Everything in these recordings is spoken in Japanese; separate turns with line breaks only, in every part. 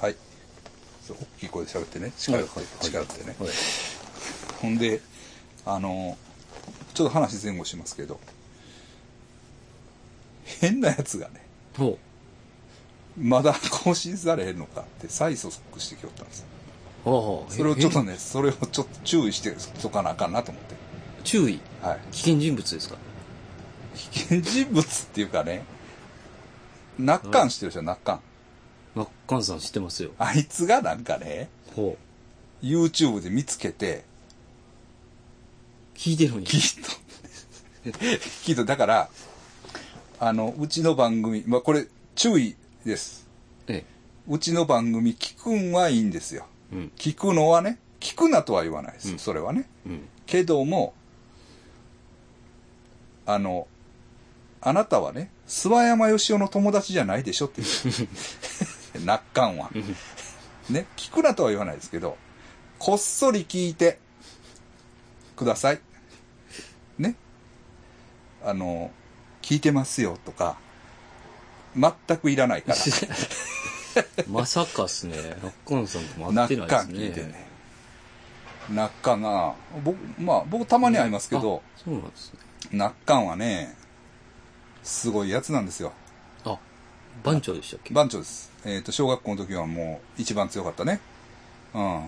はいそう大きい声で喋ってね力って、
はいはい
力ってね、
はい
ほんであのちょっと話前後しますけど変なやつがね
ほ
まだ更新されへんのかって催促してきよったんですよ
うほうほう
それをちょっと
え
ねそれをちょっと注意しておかなあかんなと思って
え注意
はい
危険人物ですか
危険人物っていうかねナッカンしてるでしょナッカン
マッカンさん知ってますよ
あいつがなんかね
ほ
YouTube で見つけて
う聞いてるのに
きっときっとだからあのうちの番組まあこれ注意です
え
うちの番組聞くんはいいんですよ
えうん
聞くのはね聞くなとは言わないです、
うん
それはね
うん
けどもあのあなたはね諏訪山義雄の友達じゃないでしょって いうナッカンはね聞くなとは言わないですけどこっそり聞いてくださいねあの聞いてますよとか全くいら ないから
まさかっ すねマッカンさんとも会
ナ
って
ッ
ない
カン聞い
で
て
す
ね
ね
ナッカンが僕まあ僕たまに会いますけど、
あそうなんですね
ナッカンはね、すごいやつなんですよ。
あ番長でしたっけ
番長です。えっ、と、小学校の時はもう一番強かったね。うん。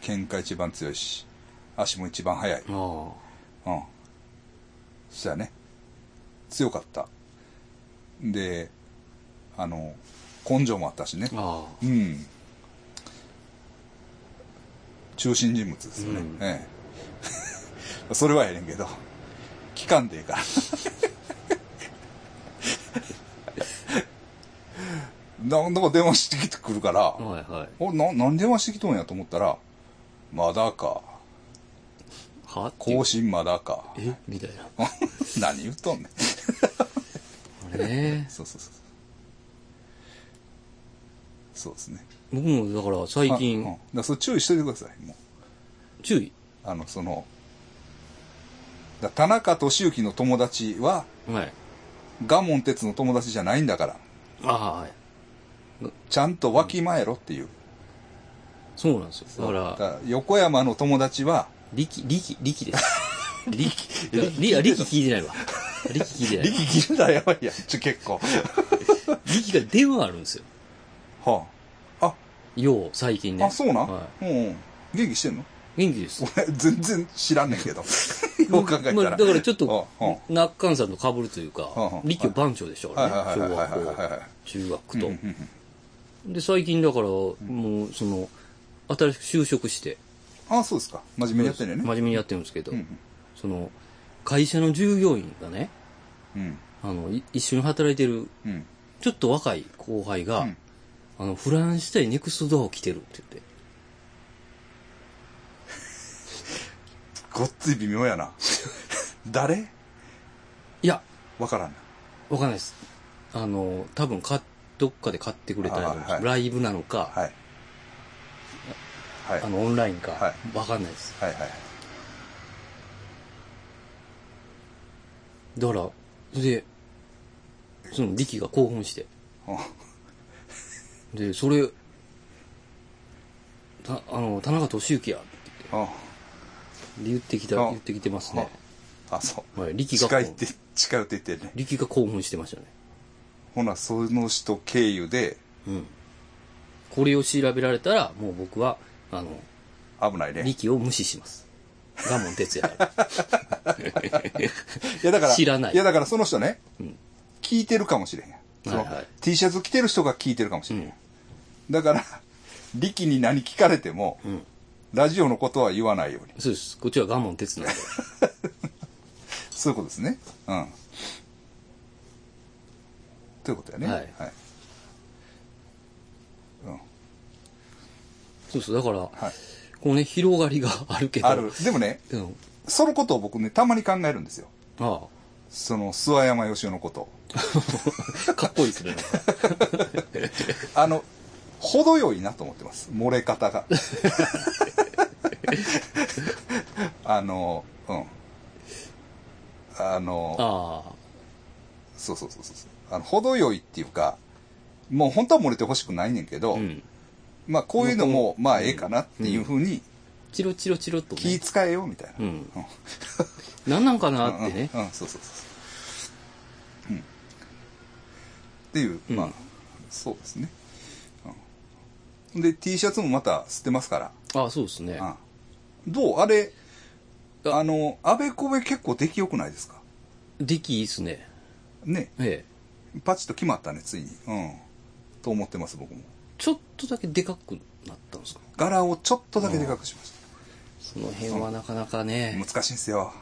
喧嘩一番強いし、足も一番速い。
ああ
うん。そしたらね、強かった。で、あの、根性もあったしね。
ああ
うん。中心人物ですよね。
うん
ええ。 それはええねんけど、期間でええから。 なんなんか電話してきてくるから、
はいはい
おな何電話してきとんやと思ったら、まだか、
はっていう
更新まだか、
えみたいな
何言っとんねん。
あれね
そうそうそう。そうですね。
僕もだから最
あうん
近
だからそれ注意しといてください、もう。
注意
あの、その、だ田中俊之の友達は、
はい
ガモン鉄の友達じゃないんだから、
ああはい
ちゃんとわきまえろっていう。
そうなんですよだから
だから横山の友達は、
力、力、力です。 力、力、力力聞いてないわ。力聞いてない。力
力切るならやばいやん、ちょ、結構。
が電話あるんですよ。
はあ。あ、
よう、最近ね。
あ、そうなん、
は
うんうん。元気してんの
い。元気です。
俺、全然知らんねんけど。よう考えたら。
まあだからちょっと
うんうん、
ナッカンさんと被るという
うん
か
う、ん
力番長でしたか
はい
ら
はい
ね。
はい
小
はいはいは
学
い
校、
はい。
中学
うん
と
うん。うん
で、最近だから、もう、その、新しく就職して、
あ、そうですか。真面目にやってんねん
真
ね。
面目にやってるんですけど
うんう、ん
その、会社の従業員がね、
うん。
あの、い一緒に働いてる、
うん。
ちょっと若い後輩
う
が
ん、
あの、フランス対ネクストドアを着てるって言って。
ごっつい微妙やな。 誰
いや、
わからんな。
わかんないです。あの、多分か、どっかで買ってくれた
あ
ら、
はい
ライブなのか、
はい。はい。
あの、オンラインか、
は
わ、
い
かんないです。
はいはい。
だから、それで、その、力が興奮して。
うん
で、それ、た、あの、田中俊之や、って
うん
言ってきた、
あ
言ってきてますね。
あ、そう。
はい、力が
近いっ
興
て
奮。、
近いって言ってね。
力が興奮してましたね。
ほな、その人経由で、
うん。これを調べられたら、もう僕は、あの、
危ないね。い
力を無視します。ガモン哲也から。
や、だから、
知らない
や、だからその人ね、
うん
聞いてるかもしれへんやん。その、
はいはい
T シャツ着てる人が聞いてるかもし
う
れへん
ん
やん。。だから、力に何聞かれても、
うん。
ラジオのことは言わないように。
そうです。こっちはガモン鉄な んで。
そういうことですね。うん。ということやね。
はい
はい。うん。
そうそう、だから、
はい。
こうね、広がりがあるけど。
ある。でもね、
うん。
そのことを僕ね、たまに考えるんですよ。
あ
その、諏訪山義雄のこと。
あ。かっこい いですね。
あの、程よいなと思ってます。漏れ方 が。あの、うん。あの、
ああ。
そうそうそうそう。あの、程よいっていうか、もう本当は漏れてほしくないねんけど、
うん。
まあこういうのも、まあええかなっていうふうに
チロチロチロっと、
気
ね。
使えよみたいな。
うん。なんなんかなってね。
うん、うんそうそうそうそう。うん。っていう、
うん
まあ、そうですね。うん、で、T シャツもまた捨てますから。
あ、そうですね。
うん、どうあれ、
あ
あの、あべこべ結構出来良くないですか
出来いいっすね。
ね。
ええ。
パチッと決まったね、ついに。うん。と思ってます、僕も。
ちょっとだけでかくなったんですか
柄をちょっとだけでかくしまし
その辺はなかなか
た。
ね、
難しいんですよ。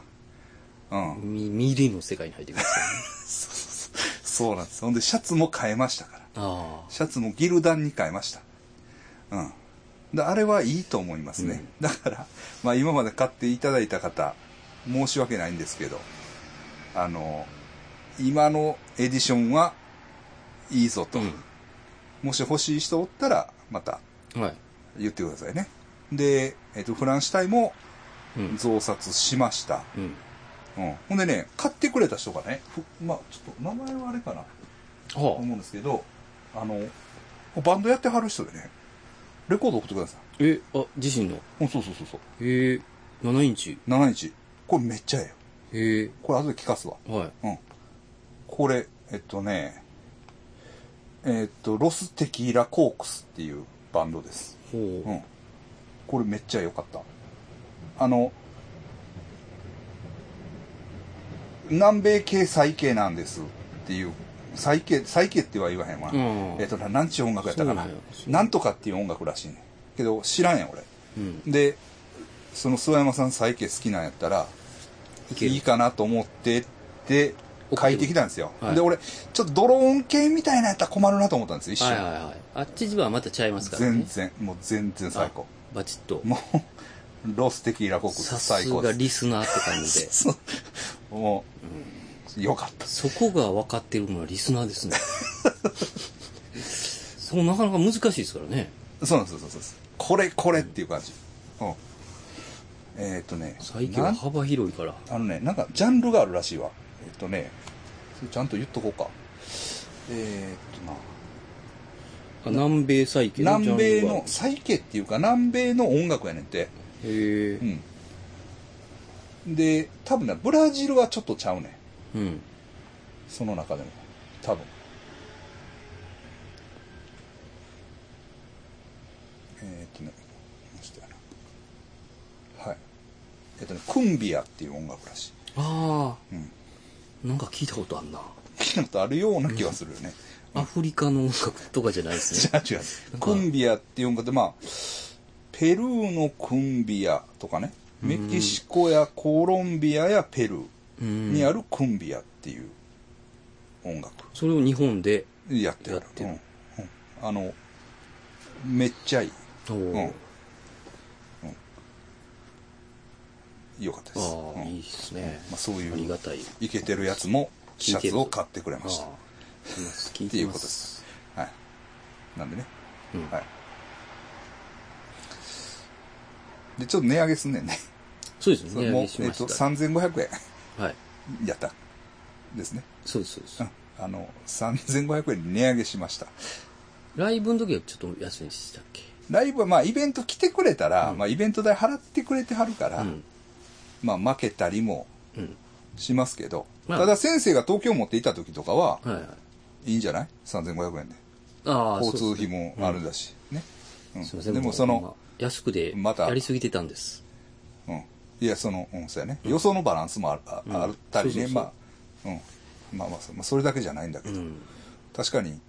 うん。
み、ミリの世界に入ってくるんですよね。
そうなんです。ほんで、シャツも変えましたから。
あ
シャツもギルダンに変えました。うん。であれはいいと思いますね。だから、まあ今まで買っていただいた方、申し訳ないんですけど、あの、今のエディションはいいぞ
あ。
と。
う
もし欲しい人おったら、また
ん。はい。
言ってくださいね。で、えっ、と、フランシュタイも
うん。
増刷しました。
うん。
うん。ほんでね、買ってくれた人がね、ふまあちょっと名前はあれかな。
はあ。
思うんですけど、あの、バンドやってはる人でね、レコード送ってください。
え、あ、自身の。
うん、そうそうそうそう。
へえ、7インチ。
7インチ。これめっちゃええよ。
へえ、
これ後で聞かすわ。
はい。
うん。これ、えっとね、えっと、ロステキーラコークスっていうバンドです。
ほ
うん。これめっちゃ良かった。あの、南米系最系なんですっていう、最系、最系っては言わへんわ。
う。うん。
えっとな、なんちゅう音楽やったかな
そうなんや。そう
なんとかっていう音楽らしいねん。けど、知らんやん、俺。
うん。
で、その諏訪山さん最系好きなんやったら、
いける
いいかなと思って、で、書いてきたんですよ。
はい
で、俺、ちょっとドローン系みたいなやったら困るなと思ったんですよ、一
はい
瞬。
はいはい。あっちはまたちゃいますからね。
全然、もう全然最高。
あ。バチッと。
もう、ロステキーラ国
さ
最
す
高
が
です。
リスナーって感 じで。
そうもう、よかった。
そこが分かってるのはリスナーですね。 そう、なかなか難しいですからね。
そうなんです、そうなんです。これ、これっていう感じ。うん。えーっとね、
最近は幅広いから。
あのね、なんかジャンルがあるらしいわ。えっとね、それちゃんと言っとこうか。えーっとな、
あ南米最近
南米の、サイケっていうか、南米の音楽やねんて。
へえ
う。ん。で、多分ね、ブラジルはちょっとちゃうねん。
うん。
その中でも。多分。えーっとね、どうしたやなはい。えっとね、クンビアっていう音楽らしい。
ああ、
うん。
なんか聞いたことあんな。
聞いたことあるような気はするよね。
アフリカの音楽とかじゃないです
違
ね。
う違う。クンビアっていう音楽で、まあ、ペルーのクンビアとかね、メキシコやコロンビアやペル
う
ー
ん
にあるクンビアっていう音楽
それを日本で。
やってる。
やってる
うんうんあの、めっちゃいい。
お
うん
ー
うんよかったです。
ああ、
うん
いいですね。
まあそういう
ありがたい。
いけてるやつもシャツを買ってくれ
ああ
ました。、
聞い
ってい
て
う
ま。
ことですはい。なんでね。
うん
はい。で、ちょっと値上げすんねん ね。
そうです
そ
ね。
れ
値
も
上
う、え
げ
っ
しま
と、
した。
3500円。
はい。
やった。ですね。
そうです、そうです
うん。あの、3500円に値上げしました。
ライブの時はちょっと安いんでしたっけ
ライブは、まあ、イベント来てくれたら、まあ、イベント代払ってくれてはるから、
うん。
まあ、負けたりも
うん。
しますけど、
まあ
ただ先生が東京持っていた時とかは、
はいはい。
いいんじゃない ?3500 円で。
ああ、
交通費
そう
もあるだし、ね。うん
ですね。すいません。
でも、その、、
安くで、
また
やりすぎてたんです。
うん。いや、その、うん、そうやね。予想のバランスもある、あ
うん
あったりね、
そうそう
まあ、うん。まあまあ、そまあそれだけじゃないんだけ
う
ど、
ん。
確かに、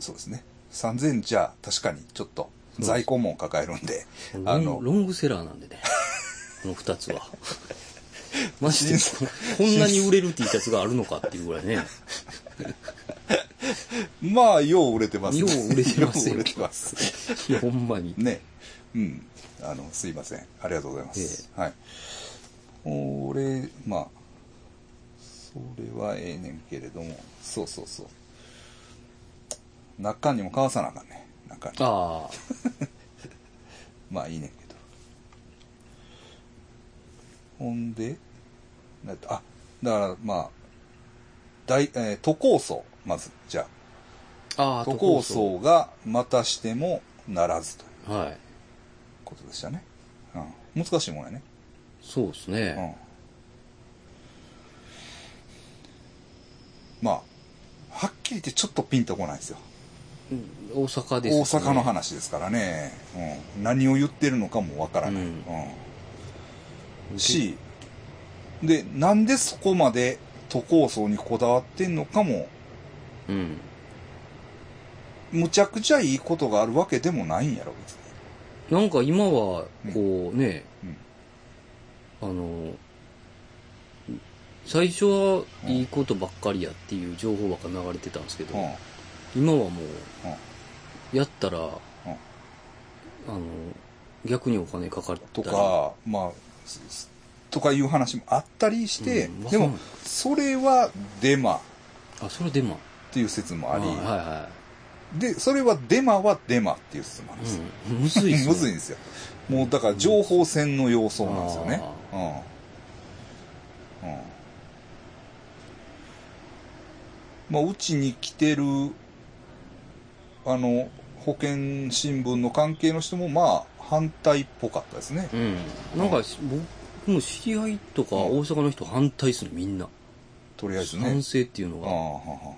そうですね。3000じゃ、確かにちょっと在庫も抱えるんで、あ
ロン
の、
ロングセラーなんでね。 この二つは。マジで
新、
こんなに売れる T シャツがあるのかっていうぐらいね。
まあ、よう売れてます
よう売れてます
よう
よ
売れてます。
いや、ほんまに。
ね。うん。あの、すいません。ありがとうございます。はい。俺、まあ、それはええねんけれども、そうそうそう。中にも買わさなあかんね。中に。
ああ、
まあいいねんけど。ほんで、だってあ、だからまあ、大、えー、都構想、まず、じゃあ。
ああ、
都
構
構想がまたしてもならずという
はい。
ことでしたね。うん、難しいもんやね。
そうです
う
ね。
ん、まあ、はっきり言ってちょっとピンとこないんですよ。
大阪です、ね。
大阪の話ですからね、うん、何を言ってるのかもわからない、
う
うんんしでなんでそこまで都構想にこだわってんのかも
うん。
むちゃくちゃいいことがあるわけでもないんやろ別に
なんか今は、こうね、
うん
あの、最初はいいことばっかりやっていう情報ばっか流れてたんですけど、
うん
今はも
うん
う、やったら、あの、逆にお金かかったり
と、かまあすすとかいう話もあったりして、
うん
で
わ
も
かんない
それはデマっ
あ、それデマ。
ていう説もあり、
はいは
でそれはデマはデマっていう説もあるん
い
ですよ、
はい。うん、むずいっす、ね。
むずいんですよもうだから情報戦の様相なんですよねうん、うんまあうちに来てるあの保険新聞の関係の人もまあ反対っぽかったですね
うん。なんか、僕も知り合いとか大阪の人反対っすね、みんな。
とりあえずね
賛成っていうの
ああ
が。
はは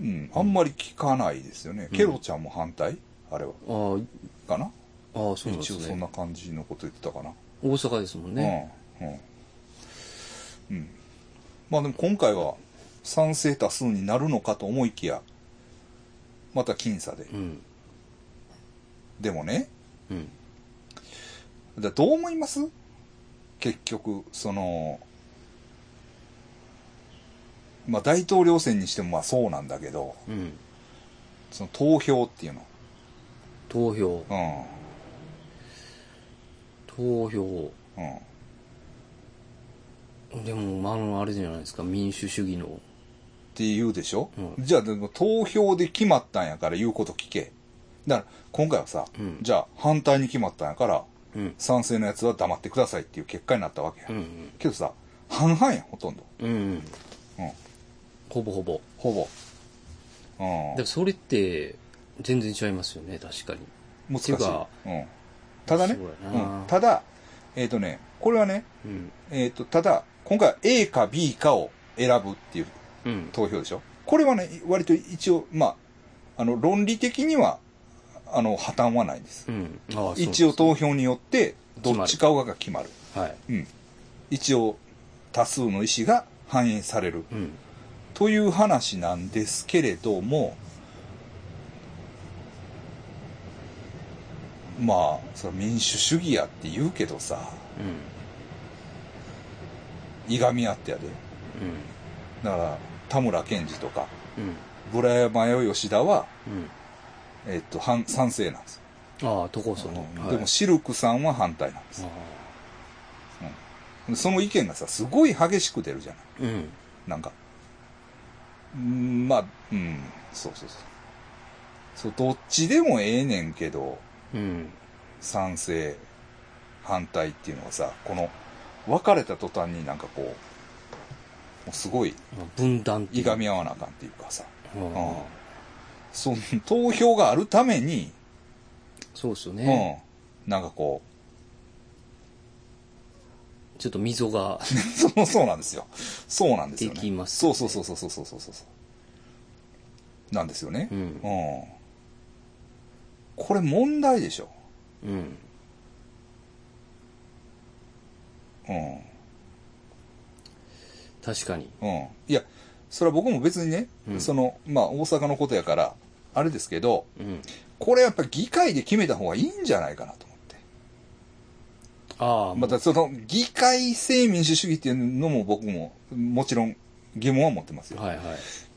うんあんまり聞かないですよね、ケロちゃんも反対あれは
あ
かな
あ、ああ、そうなんで
一応
す
そん
ね
な。感じのこと言ってたかな
大阪ですもんね。
うんうんうんまあでも今回は賛成多数になるのかと思いきやまた僅差で
うん。
でもね
うん。
だどう思います結局そのまあ大統領選にしてもまあそうなんだけど
うん。
その投票っていうの
投票。
う
投票。
んうん
でも、まああの、あれじゃないですか、民主主義の。
って言うでしょ、
う
じゃあでも投票で決まったんやから言うこと聞けだから今回はさ、
うん
じゃあ反対に決まったんやから
うん。
賛成のやつは黙ってくださいっていう結果になったわけや、
うん。
けどさ半々やんほとんど、
うん。うん
うん、
ほぼほぼ。
ほぼ、うん、
だからそれって、全然違いますよね、確かに。
難しい
てか
うん、ただね
そう
う、
やなん
ただえっ、とねこれはね、
うん。
えっとただ今回は A か B かを選ぶっていう
うん。
投票でしょこれはね割と一応まああの論理的にはあの破綻はないんです
うん。ああ、そう
一応投票によってどっちかが決まる
はい。
うん、一応多数の意思が反映される
うん。
という話なんですけれどもまあそれ民主主義やって言うけどさ
うん。
いがみ合ってやでだから田村健二とか
うん。
村山よ吉田は、
うん。うん。
えっと反賛成なんですよ、
ああ、都構想の。はい
でもシルクさんは反対なんです
あ
よその意見がさすごい激しく出るじゃない
あうん。
なんか、うんまあ、うん、そうそうそう。そう、どっちでもええねんけど、
うん。
賛成、反対っていうのはさ、この、別れた途端になんかこう、もうすごい、
まあ分断っていう。
いがみ合わなあかんっていうかさ、
う。
うんん。その、投票があるために、
そうですよ
う
ね。
ん。なんかこ
ちょっと溝が。
う、 そう、そうなんですよ。そうなんですよね。
できます
そうそうそうそうそうそうそうそう。なんですよね。
うん。
うん。これ問題でしょ。
うん。
うん。
確かに。
うん。いや、それは僕も別にね、
うん
その、まあ大阪のことやから、あれですけど、
うん。
これやっぱ議会で決めた方がいいんじゃないかなと思って。
ああ、
またその、議会制民主主義っていうのも僕も、もちろん疑問は持ってますよ。
はいはい。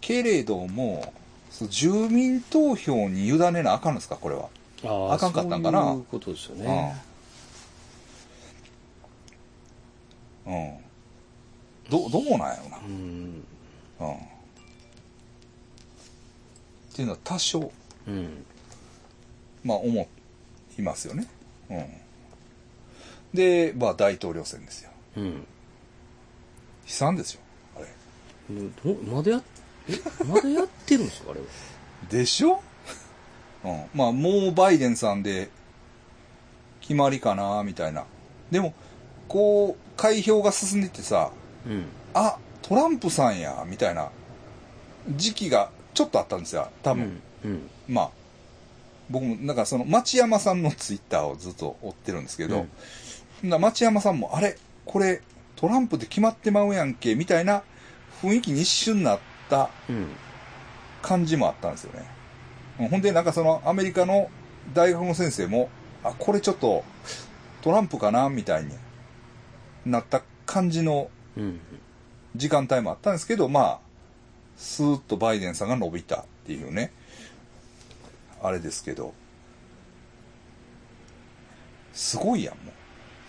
けれども、そう住民投票に委ねなあかんのですか、これは。
あ
あかんかったんかな
そういうことですよね。
うん。うん。ど、どうなんやろな。
うん。
うん。っていうのは多少、
うん。
まあ思いますよね。うん。で、まあ大統領選ですよ。
うん。
悲惨ですよ。あれ。
どまだやっえ、まだやってるんですかあれ は。
でしょうん。まあ、もうバイデンさんで、決まりかな、みたいな。でも、こう、開票が進んでってさ、
うん。
あ、トランプさんや、みたいな、時期がちょっとあったんですよ、多分。
うん。うん。
まあ、僕も、なんかその、町山さんのツイッターをずっと追ってるんですけど、な町山さんも、あれこれ、トランプで決まってまうやんけ、みたいな雰囲気に一瞬なった
うん。
感じもあったんですよね。うんほんで、なんかその、アメリカの大学の先生も、あ、これちょっと、トランプかな、みたいになった感じの
うん。
時間帯もあったんですけど、まあ、スーッとバイデンさんが伸びたっていうね、あれですけど、すごいやん、もう。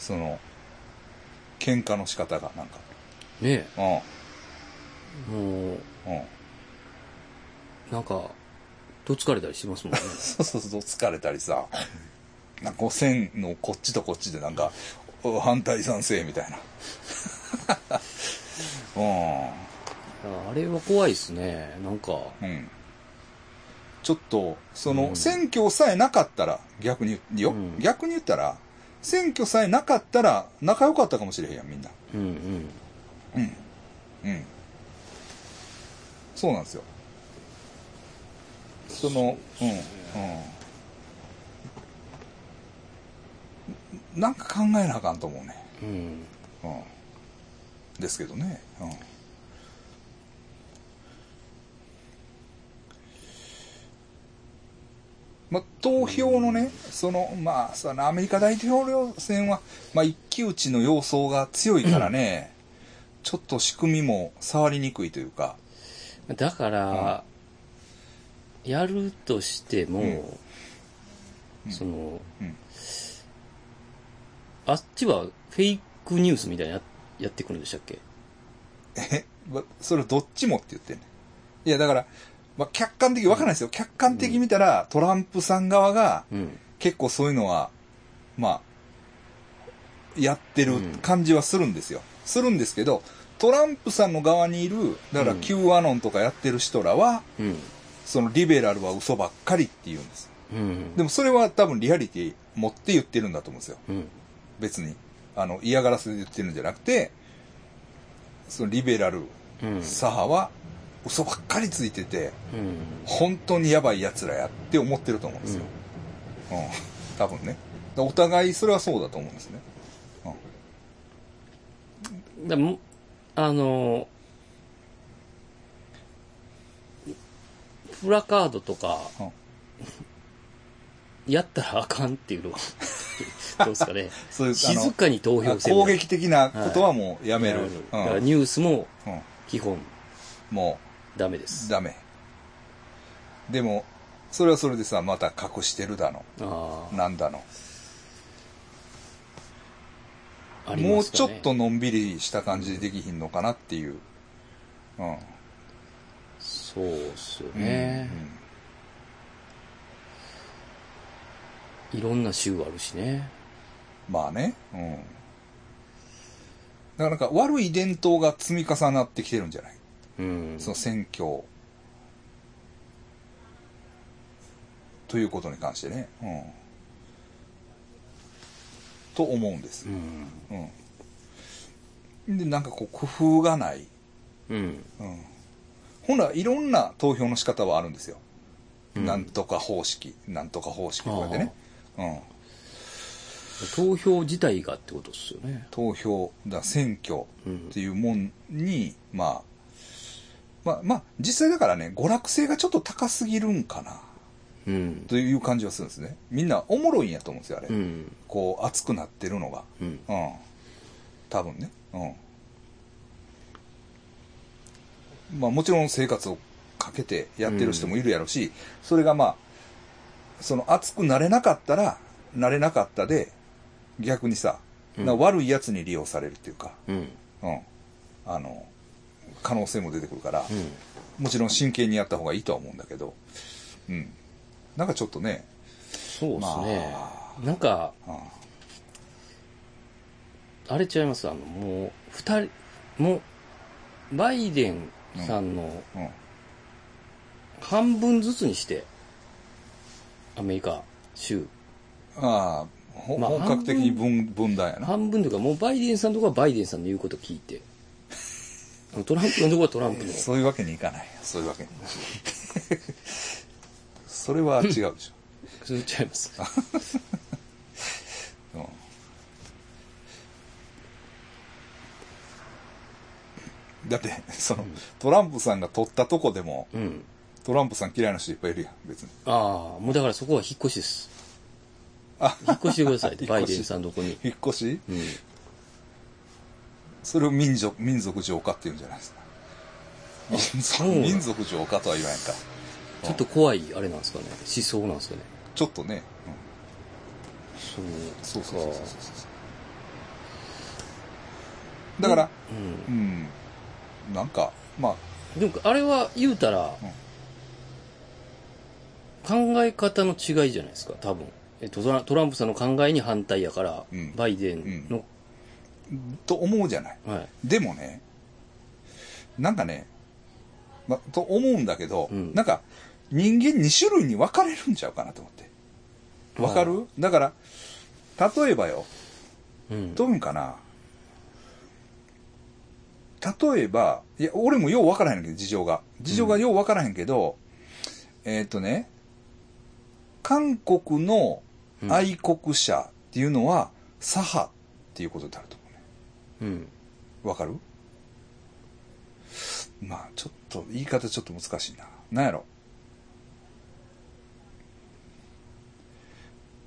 その、喧嘩の仕方が、なんか。
ね
う
え、もう、
ん、うん。
なんか、どつかれたり しますもんね。
そうそうそう、疲れたりさ、なんかこう線のこっちとこっちでなんか、お反対賛成みたいな。
いやあれは怖いですね。なんか、
うん、うん。ちょっと、その、
うん
選挙さえなかったら、逆に言うよ、
うん
逆に言ったら、選挙さえなかったら、仲良かったかもしれへんやん、みんな。
うんうん。
うん。そうなんですよ。その、うん、うん。なんか考えなあかんと思うね。
うん。
うん。ですけどね。うん。ま、投票のね、その、まあ、そのアメリカ大統領選は、まあ、一騎打ちの様相が強いからね、ちょっと仕組みも触りにくいというか、
だから、やるとしても、その、
うん
あっちはフェイクニュースみたいなややってくるんでしたっけ
え、まそれどっちもって言ってんねんいや、だから、まあ、客観的、わかんないですよ。客観的に見たら、トランプさん側が、
うん。
結構そういうのは、まあ、やってる感じはするんですよ。するんですけど、トランプさんの側にいる、だから
うん
Q アノンとかやってる人らは、
うん。
そのリベラルは嘘ばっかりって言うんです。
うん。
でもそれは多分リアリティ持って言ってるんだと思うんですよ。
うん。
別に。あの、嫌がらせで言ってるんじゃなくて、そのリベラル、
うん。
左派は嘘ばっかりついてて、
うん。
本当にやばい奴らやって思ってると思うんですよ。うん、多分ね。お互いそれはそうだと思うんですね。
うん。でも、あの、プラカードとか、
うん
やったらあかんっていうのは、どうですかね。
そういうあの
静かに投票せよ
攻撃的なことはもうやめる。う
だから
ん
ニュースも
うん
基本
も
ダメです
う、。ダメ。でも、それはそれでさ、また隠してるだの、
あ
なんだの。
あ、あり
も
ま
う
す
ち
か
ょ
ね。
っとのんびりした感じでできひんのかなっていう。うん。
そうっすよね。いろんな州あるしね。
まあね。うん。だからなんか悪い伝統が積み重なってきてるんじゃない
うん。
その選挙ということに関してね。うん。と思うんです
う。ん。
うん。で、なんかこう工夫がない。
うん。
うん。ほら、いろんな投票の仕方はあるんですよ。
うん
なんとか方式、なんとか方式とかでね。うん。
投票自体がってことっすよね。
投票、だ選挙っていうもんに、まあ、まあ、まあ、実際だからね、娯楽性がちょっと高すぎるんかな。
うん。
という感じはするんですね。みんなおもろいんやと思うんですよ、あれ。
うん。
こう、熱くなってるのが。
うん。
うん。多分ね。うん。まあもちろん生活をかけてやってる人もいるやろし、それがまあ、その熱くなれなかったら、なれなかったで、逆にさ、
うん
な悪いやつに利用されるっていうか、
うん。
うん。あの、可能性も出てくるから、
うん。
もちろん真剣にやった方がいいとは思うんだけど、うん。なんかちょっとね、
そうっすね
ま。
なんか、
うん
あれ違います。あの、もう、二人、もう、バイデンさんの
うん。
半分ずつにして、アメリカ、州。
ああ、ほ
まあ
本格的に分分断やな。
半分というか、もうバイデンさんのとこはバイデンさんの言うこと聞いて、 あのトランプのとこはトランプの。
そういうわけにいかない。そういうわけに。それは違うでしょ。
それ言っちゃいます。
うんだって、その、トランプさんが取ったとこでも、
うん。
トランプさん嫌いな人いっぱいいるやん、別に。
ああ、もうだからそこは引っ越しです。
あ
引っ越してくださいって、
引っ
バイ
越し
デンさんのとこに。
引っ越し
うん。
それを民族、民族浄化って言うんじゃないですか。民族
うなん
民族浄化とは言わへんか。
ちょっと怖い、あれなんですかね。思想なんですかね。
ちょっとね、うん
そう
そうそうそうそうそうそう。だから、
う
うん、なんか、まあ、
ん。でも、あれは言うたら、考え方の違いじゃないですか、多分。えっと、トラトランプさんの考えに反対やから、
うん
バイデンの、
と思うじゃない。
はい。
でもね、なんかね、ま、と思うんだけど、
うん
なんか人間2種類に分かれるんちゃうかなと思って。分かる、だから、例えばよ、
うん。
どういうんかな。例えば、いや、俺もよう分からへんねんけど、事情が。事情がよう分からへんけど、えーっ、とね、韓国の愛国者っていうのは、左派っていうことになると思うね。
うん。
わかるまあ、ちょっと、言い方ちょっと難しいな。なんやろ。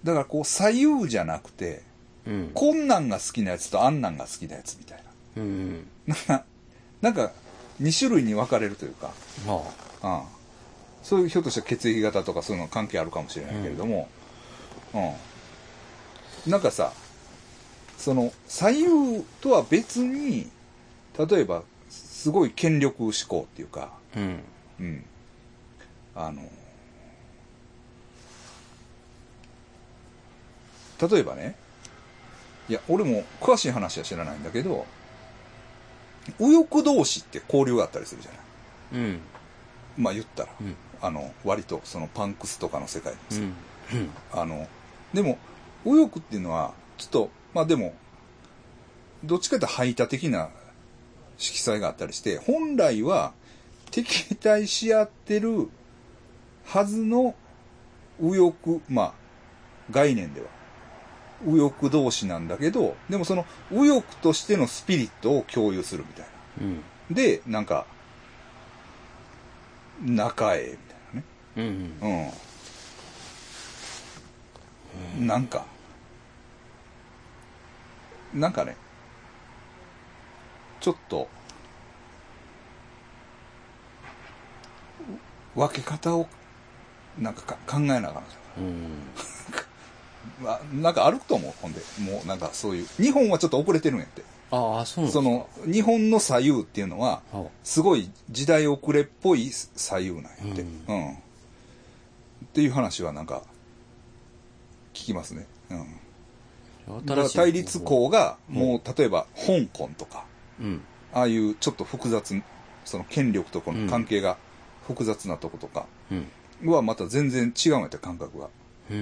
だからこう、左右じゃなくて、
うん。
こんなんが好きなやつとあんなんが好きなやつみたい
うんうん。
な。なんか、2種類に分かれるというか、
まあ。
うん。そういうひょっとしたら血液型とかそういうの関係あるかもしれないけれども、うん。なんかさ、その、左右とは別に、例えば、すごい権力志向っていうか、
うん。
うん。あの、例えばね、いや、俺も詳しい話は知らないんだけど、右翼同士って交流があったりするじゃない。
うん。
まあ言ったら、
うん
あの、割とそのパンクスとかの世界です、
うん。うん。
あの、でも、右翼っていうのは、ちょっと、まあでも、どっちかというと排他的な色彩があったりして、本来は敵対し合ってるはずの右翼、まあ、概念では。右翼同士なんだけど、でもその右翼としてのスピリットを共有するみたいな。
うん。
で、なんか、仲ええみたいなね。
うん。
うん。なんか、なんかね、ちょっと、分け方を、なんかか考えながら、
うん。
まあ、なんかあると思う、ほんで。もうなんかそういう。日本はちょっと遅れてるんやって。
ああ、そうなんです
そ
か
の、日本の左右っていうのは、
は
すごい時代遅れっぽい左右なんやって。
うん
うん。っていう話はなんか、聞きますね。うん。
あ
だから対立。校が、もう例えば香港とか、
うん。
ああいうちょっと複雑、その権力とこの関係が複雑なとことか
うん。
はまた全然違うんやって感覚が。
う
うん
ん。。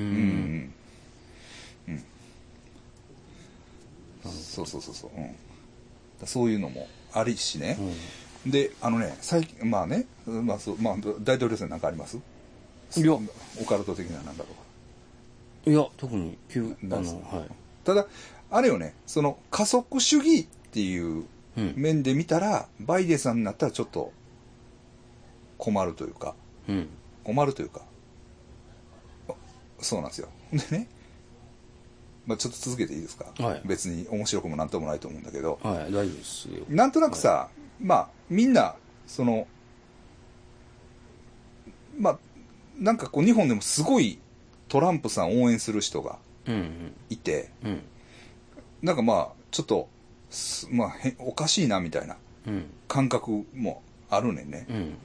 うん。そうそうそうそう。うん。だからそういうのもありしね。で、あのね、最近、まあね、まあそう、まあ、大統領選なんかあります
いや
オカルト的ななんだとか。
いや、特に、急、あの、
ないです
は
ただ、あれよね、その、加速主義っていう
い。うん。
面で見たら、バイデンさんになったらちょっと、困るというか、
うん。
困るというか、あそうなんですよ。でね、まあちょっと続けていいですか、
はい
別に面白くもなんともないと思うんだけど、
はい、大丈夫ですよ。
なんとなくさ、まあ、みんな、その、まあ、なんかこう、日本でもすごいトランプさん応援する人が
うん。
いて、
うん。
なんかまあ、ちょっと、すまあ、へおかしいなみたいな
うん。
感覚もあるねんね。
うん。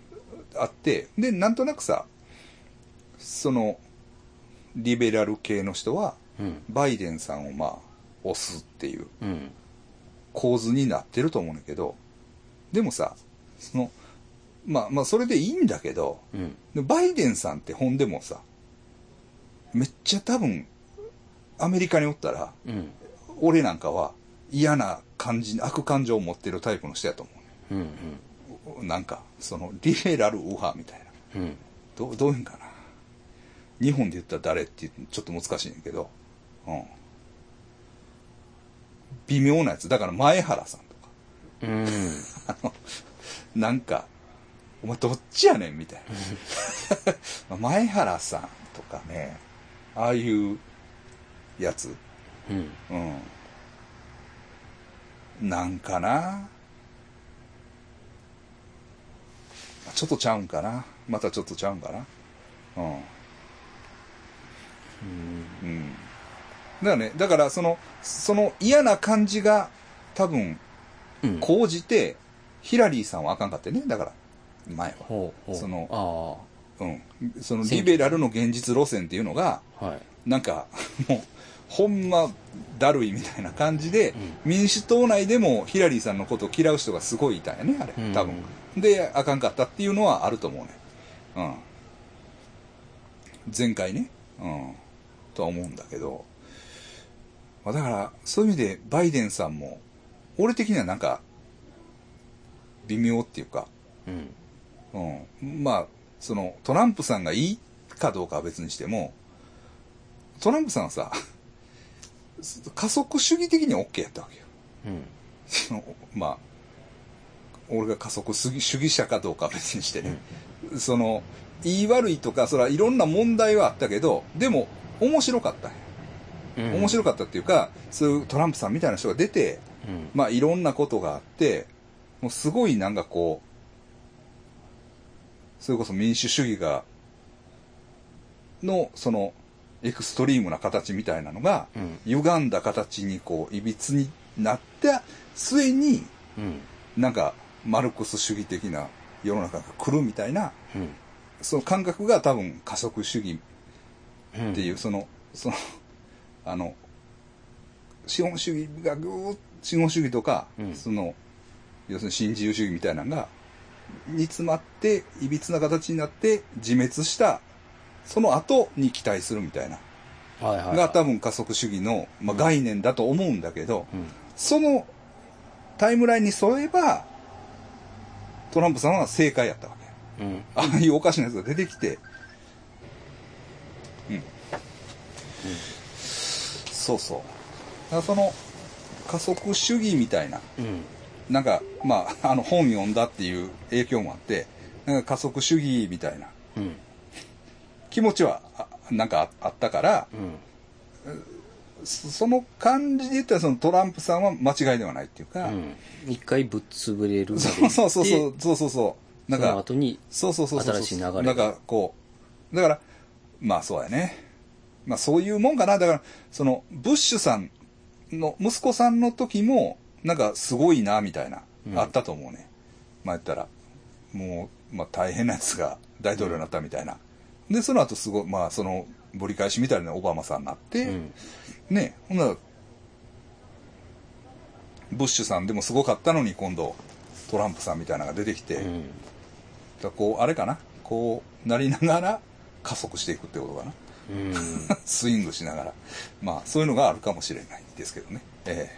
あって、で、なんとなくさ、その、リベラル系の人は、
うん。
バイデンさんをまあ、押すっていう
うん。
構図になってると思うんだけど、でもさ、その、まあまあそれでいいんだけど、
うん。
でバイデンさんってほんでもさ、めっちゃ多分、アメリカにおったら、
うん。
俺なんかは嫌な感じ、悪感情を持ってるタイプの人やと思
うん。
う。なんか、その、リベラル右派みたいな。
うん。うん。
どう、どういうんかな。日本で言ったら誰って言うとちょっと難しいんやけど、うん。微妙なやつ。だから前原さんとか、
うん。
なんか、お前どっちやねんみ たいな。前原さんとかね、ああいうやつ。
うん。
うん。なんかな。ちょっとちゃうんかな。またちょっとちゃうんかな。うん。うん。だからね、だからその、その嫌な感じが多分、
うん。
講じて、ヒラリーさんはあかんかってね、だから、前は。
ほうほう。
その
あ
うん。そのリベラルの現実路線っていうのが、
あ。はい。
なんか、もう、ほんま、だるいみたいな感じで、民主党内でもヒラリーさんのことを嫌う人がすごいいたんやね、あれ
う、ん
多分。で、あかんかったっていうのはあると思うね。うん。前回ね、うん。とは思うんだけど、まあ、だから、そういう意味で、バイデンさんも、俺的にはなんか、微妙っていうか、
うん。
うん、まあそのトランプさんがいいかどうかは別にしてもトランプさんはさ加速主義的には OK やったわけよ
うん。
そのまあ俺が加速主義主義者かどうかは別にしてね、その言い悪いとかそれはいろんな問題はあったけどでも面白かったんや
うん。
面白かったっていうか、そういうトランプさんみたいな人が出て
うん。
まあいろんなことがあって、もうすごいなんかこう、それこそ民主主義が、のそのエクストリームな形みたいなのが、
うん。
歪んだ形にこう、いびつになった末に、
うん。
なんかマルクス主義的な世の中が来るみたいな、
うん。
その感覚が多分加速主義
うん。
っていう、その、その、 あの、資本主義がぐーっ資本主義とか、
うん
その、要するに新自由主義みたいなのが、煮詰まって、いびつな形になって、自滅した、その後に期待するみたいな、
はいはいはい。
が多分加速主義の、まあ、概念だと思うんだけど、
うん。
そのタイムラインに沿えば、トランプさんは正解やったわけ。
うん。
ああいうおかしなやつが出てきて、うん。そうそう。だからその、加速主義みたいな、
うん。
なんか、まあ、あの、本読んだっていう影響もあって、なんか加速主義みたいな
うん。
気持ちは、あなんかああったから、
うん。
そその感じで言ったら、そのトランプさんは間違いではないっていうか、
うん。一回ぶっ潰れるまで行 っ
そ
て
うそうそうそう、そうそうそう、なん
その
か、
後に、
そうそうそうそう。
新しい流れが
なんかこう、だから、まあそうやね。まあそういうもんかな。だから、その、ブッシュさんの、息子さんの時も、なんかすごいな、みたいな、
うん
あったと思うね。まあ言ったら、もう、まあ大変なやつが大統領になったみたいな。で、その後すごい、まあその、ぶり返しみたいなオバマさんになって、
うん。
ね、ほんなら、ブッシュさんでもすごかったのに、今度、トランプさんみたいなのが出てきて、
うん。
だからこう、あれかな。こう、なりながら加速していくってことかな。
うん。
スイングしながら。まあ、そういうのがあるかもしれないですけどね。え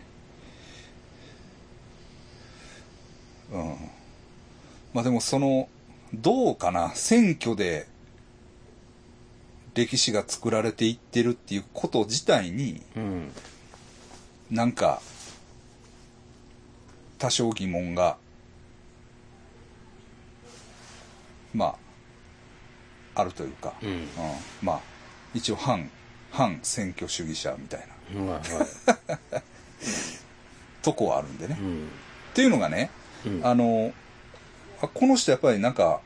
えうん。まあでもその、どうかな。選挙で歴史が作られていってるっていうこと自体に、
うん。
なんか、多少疑問が、まあ、あるというか、
うん。
うんまあ、一応反、反選挙主義者みたいな
うん。はいは
とこはあるんでね。
い。うん。
っていうのがね、
うん。
あの、あこの人やっぱりなんか、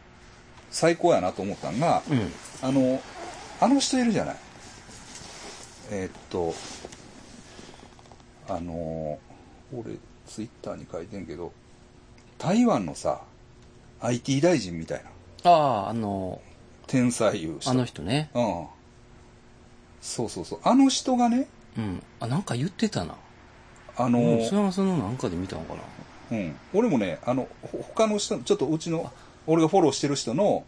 最高やなと思ったのが、
うん。
あの、あの人いるじゃない。えーっと、あのー、俺、ツイッターに書いてんけど、台湾のさ、IT 大臣みたいな、
ああ、あの、
天才いう人。
あの人ね。
うん。そうそうそう。あの人がね、
うん。あ、なんか言ってたな。
あの
うん。
ー
それはそのなんかで見たのかな。
うん、俺もね、あの、ほ他の人の、ちょっとうちの俺がフォローしてる人の、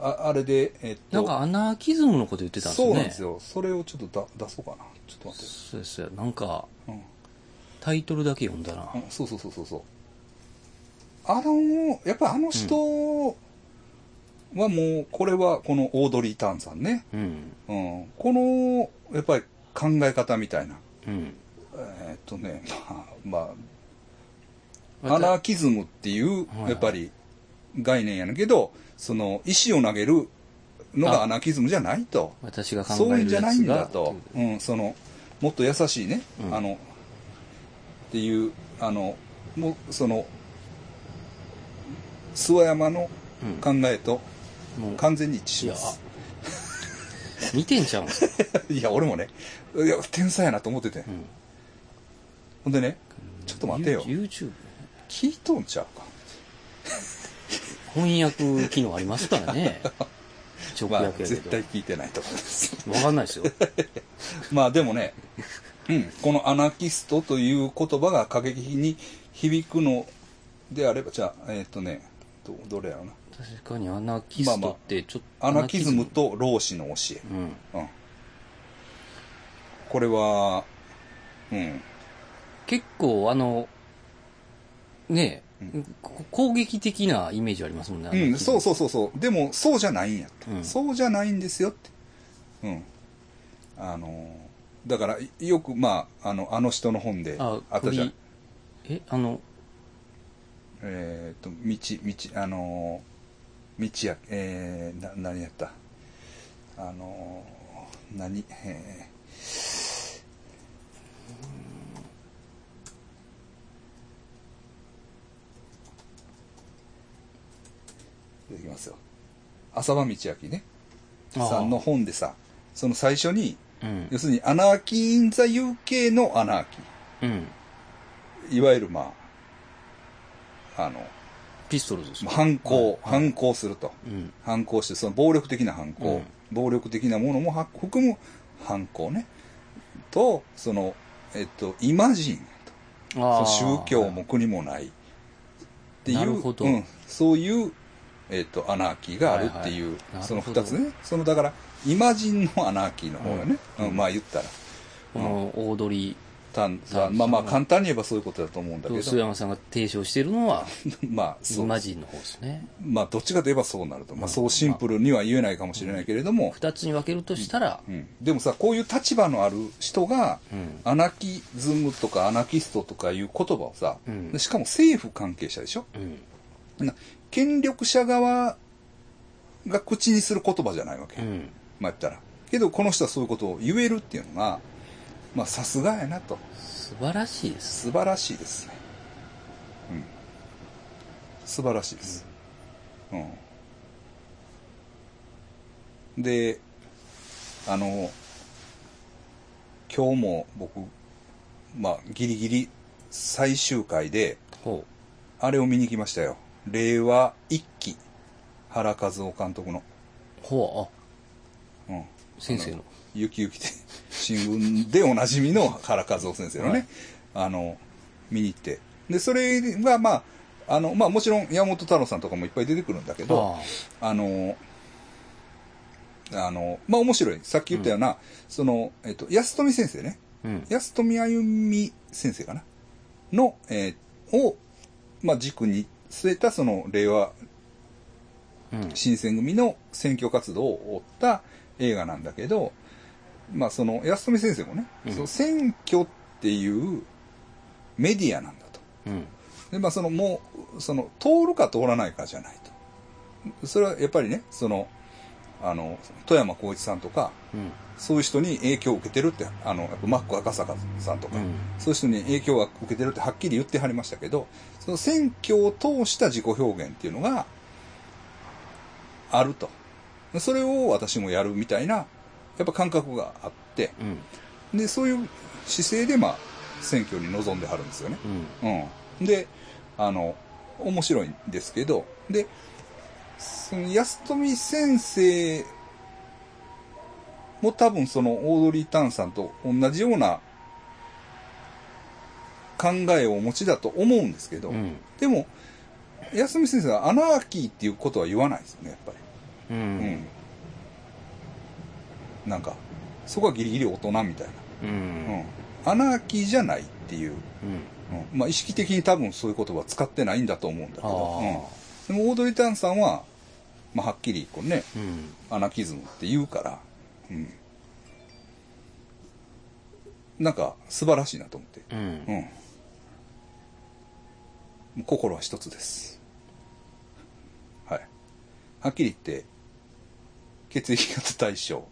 ああれで、えっと、
なんかアナーキズムのこと言ってたんです
そう
よね。
なんですよ。それをちょっとだ出そうかな。ちょっと待って。
そうですよ。なんか、
うん
タイトルだけ読んだな。
うんそうそうそうそうそうあのやっぱりあの人はもうこれはこのオードリー・ターンさんね、
うん。
うん、このやっぱり考え方みたいな
うん。
えーっとねまあまあア
ま
ナ
た
ーキズムっていう
はい
やっぱり概念やねんけどその石を投げるのが
あ
アナーキズムじゃないと
私が考
そうい
え
うん
る
じゃ
や
ないん
つ
だ
が。
と、うん、そのもっと優しいね、
うん
あのっていうあのもうその諏訪山の
うん
考えと
もう
完全に一致します、
似てんちゃう んすか
いや俺もねいや天才やなと思ってて、
ん
ほんでねちょっと待てよ
YouTube ね
聞いとんちゃうか
翻訳機能ありますからね 直
まあ
訳やけ
絶対
ど、
聞いてないと思います
わかんないですよ
まあでもね、うん、このアナキストという言葉が過激に響くのであればじゃあえっ、とねどどれやろうな
確かにアナキストってちょっと、
アナキズムと老子の教
アナキズムうん
え。うん。これは、うん。
結構あのねえ、
う
こ攻撃的なイメージありますもんねアナ
う
キズム
ん、そうそうそうそう。でも、そうじゃないんやと、
うん
そうじゃないんですよって。うん。あのー、だから、いよく、まあ、あの、あの人の本であ
あ
ったじゃん
栗。えあの
えっ、と、道、道、あのー、道や、えー、な、何やったあのー、何、えー、出てきますよ。浅場道明ね、
ああ
さんの本でさ、その最初に、
うん
要するにアナーキー・イン・ザ・ UK のアナーキ
うん
ー。いわゆるまあ、あの、
ピストルズですか
反抗、反抗すると。
うん
反抗して、その暴力的な反抗、
うん
暴力的なものもは含む反抗ね。と、その、えっと、イマジンと。
ああ
その宗教も国もない。っていう、
なるほど
うん、そういう、えっと、アナーキーがあるっていう、
はいはい
その
なるほ
二
ど
つね。その、だから、イマジンのアナーキーの方がね、
うん
うんまあ言ったら、
このオードリ
たん
たん
まあまあ簡単に言えばそういうことだと思うん
ー
だ
と
け
須
ど、
山さんが提唱してるのは
まあ、
イ
そう
マジンの方ですね
まあ、どっちかといえばそうなると。まあ、
ん
そうシンプルには言えないかもしれないけれども、
二つに分けるとしたら、
うんでもさ、こういう立場のある人が、
うん
アナキズムとかアナキストとかいう言葉をさ、
うん
でしかも政府関係者でしょ
うん
な権力者側が口にする言葉じゃないわけ。
うん
まあ言ったら。けど、この人はそういうことを言えるっていうのが、まあ、さすがやなと。
素晴らしいです
素晴らしいですね。うん。素晴らしいです。うん。で、あの、今日も僕、まあ、ギリギリ最終回で、
ほ
あれを見に来ましたよ。令和一期、原和夫監督の、
うほう
うん。
あ先生の
ゆきゆきて、新聞でおなじみの原和夫先生のね、
はい
あの、見に行って。で、それが、まあ、あの、まあもちろん山本太郎さんとかもいっぱい出てくるんだけど、
あ
あの、あの、まあ面白い。さっき言ったような、その、えっと、安富先生ね。
あうん
安富歩美先生かなの、えーを、まあ軸に据えた、その、令和
うん
新選組の選挙活動を追った映画なんだけど、まあその安富先生もね、
うん
その選挙っていうメディアなんだと。
うん
で、まあそのもう、その通るか通らないかじゃないと。それはやっぱりね、その、あの、富山光一さんとか、
うん
そういう人に影響を受けてるって、あの、やっぱマック赤坂さんとか、
うん
そういう人に影響を受けてるってはっきり言ってはりましたけど、その選挙を通した自己表現っていうのがあると。それを私もやるみたいな、やっぱ感覚があって、
うん
で、そういう姿勢で、まあ、選挙に臨んではるんですよね。
うん
うん。で、あの、面白いんですけど、で、その安富先生も多分そのオードリー・タンさんと同じような考えをお持ちだと思うんですけど、
うん
でも、安見先生はアナーキーっていうことは言わないですよね、やっぱ
う
り。
ん。
うん。なんか、そこはギリギリ大人みたいな。
うん。う。
うんん。アナーキーじゃないっていう。うん、まあ意識的に多分そういう言葉は使ってないんだと思うんだけ
あ
ど。
あ。
うん、でもオードリー・タンさんは、まあはっきりこうね、
うん。
アナキズムって言うから、うん。なんか素晴らしいなと思って。
うん
う。ん。もう心は一つです。はい。はっきり言って、血液型対象、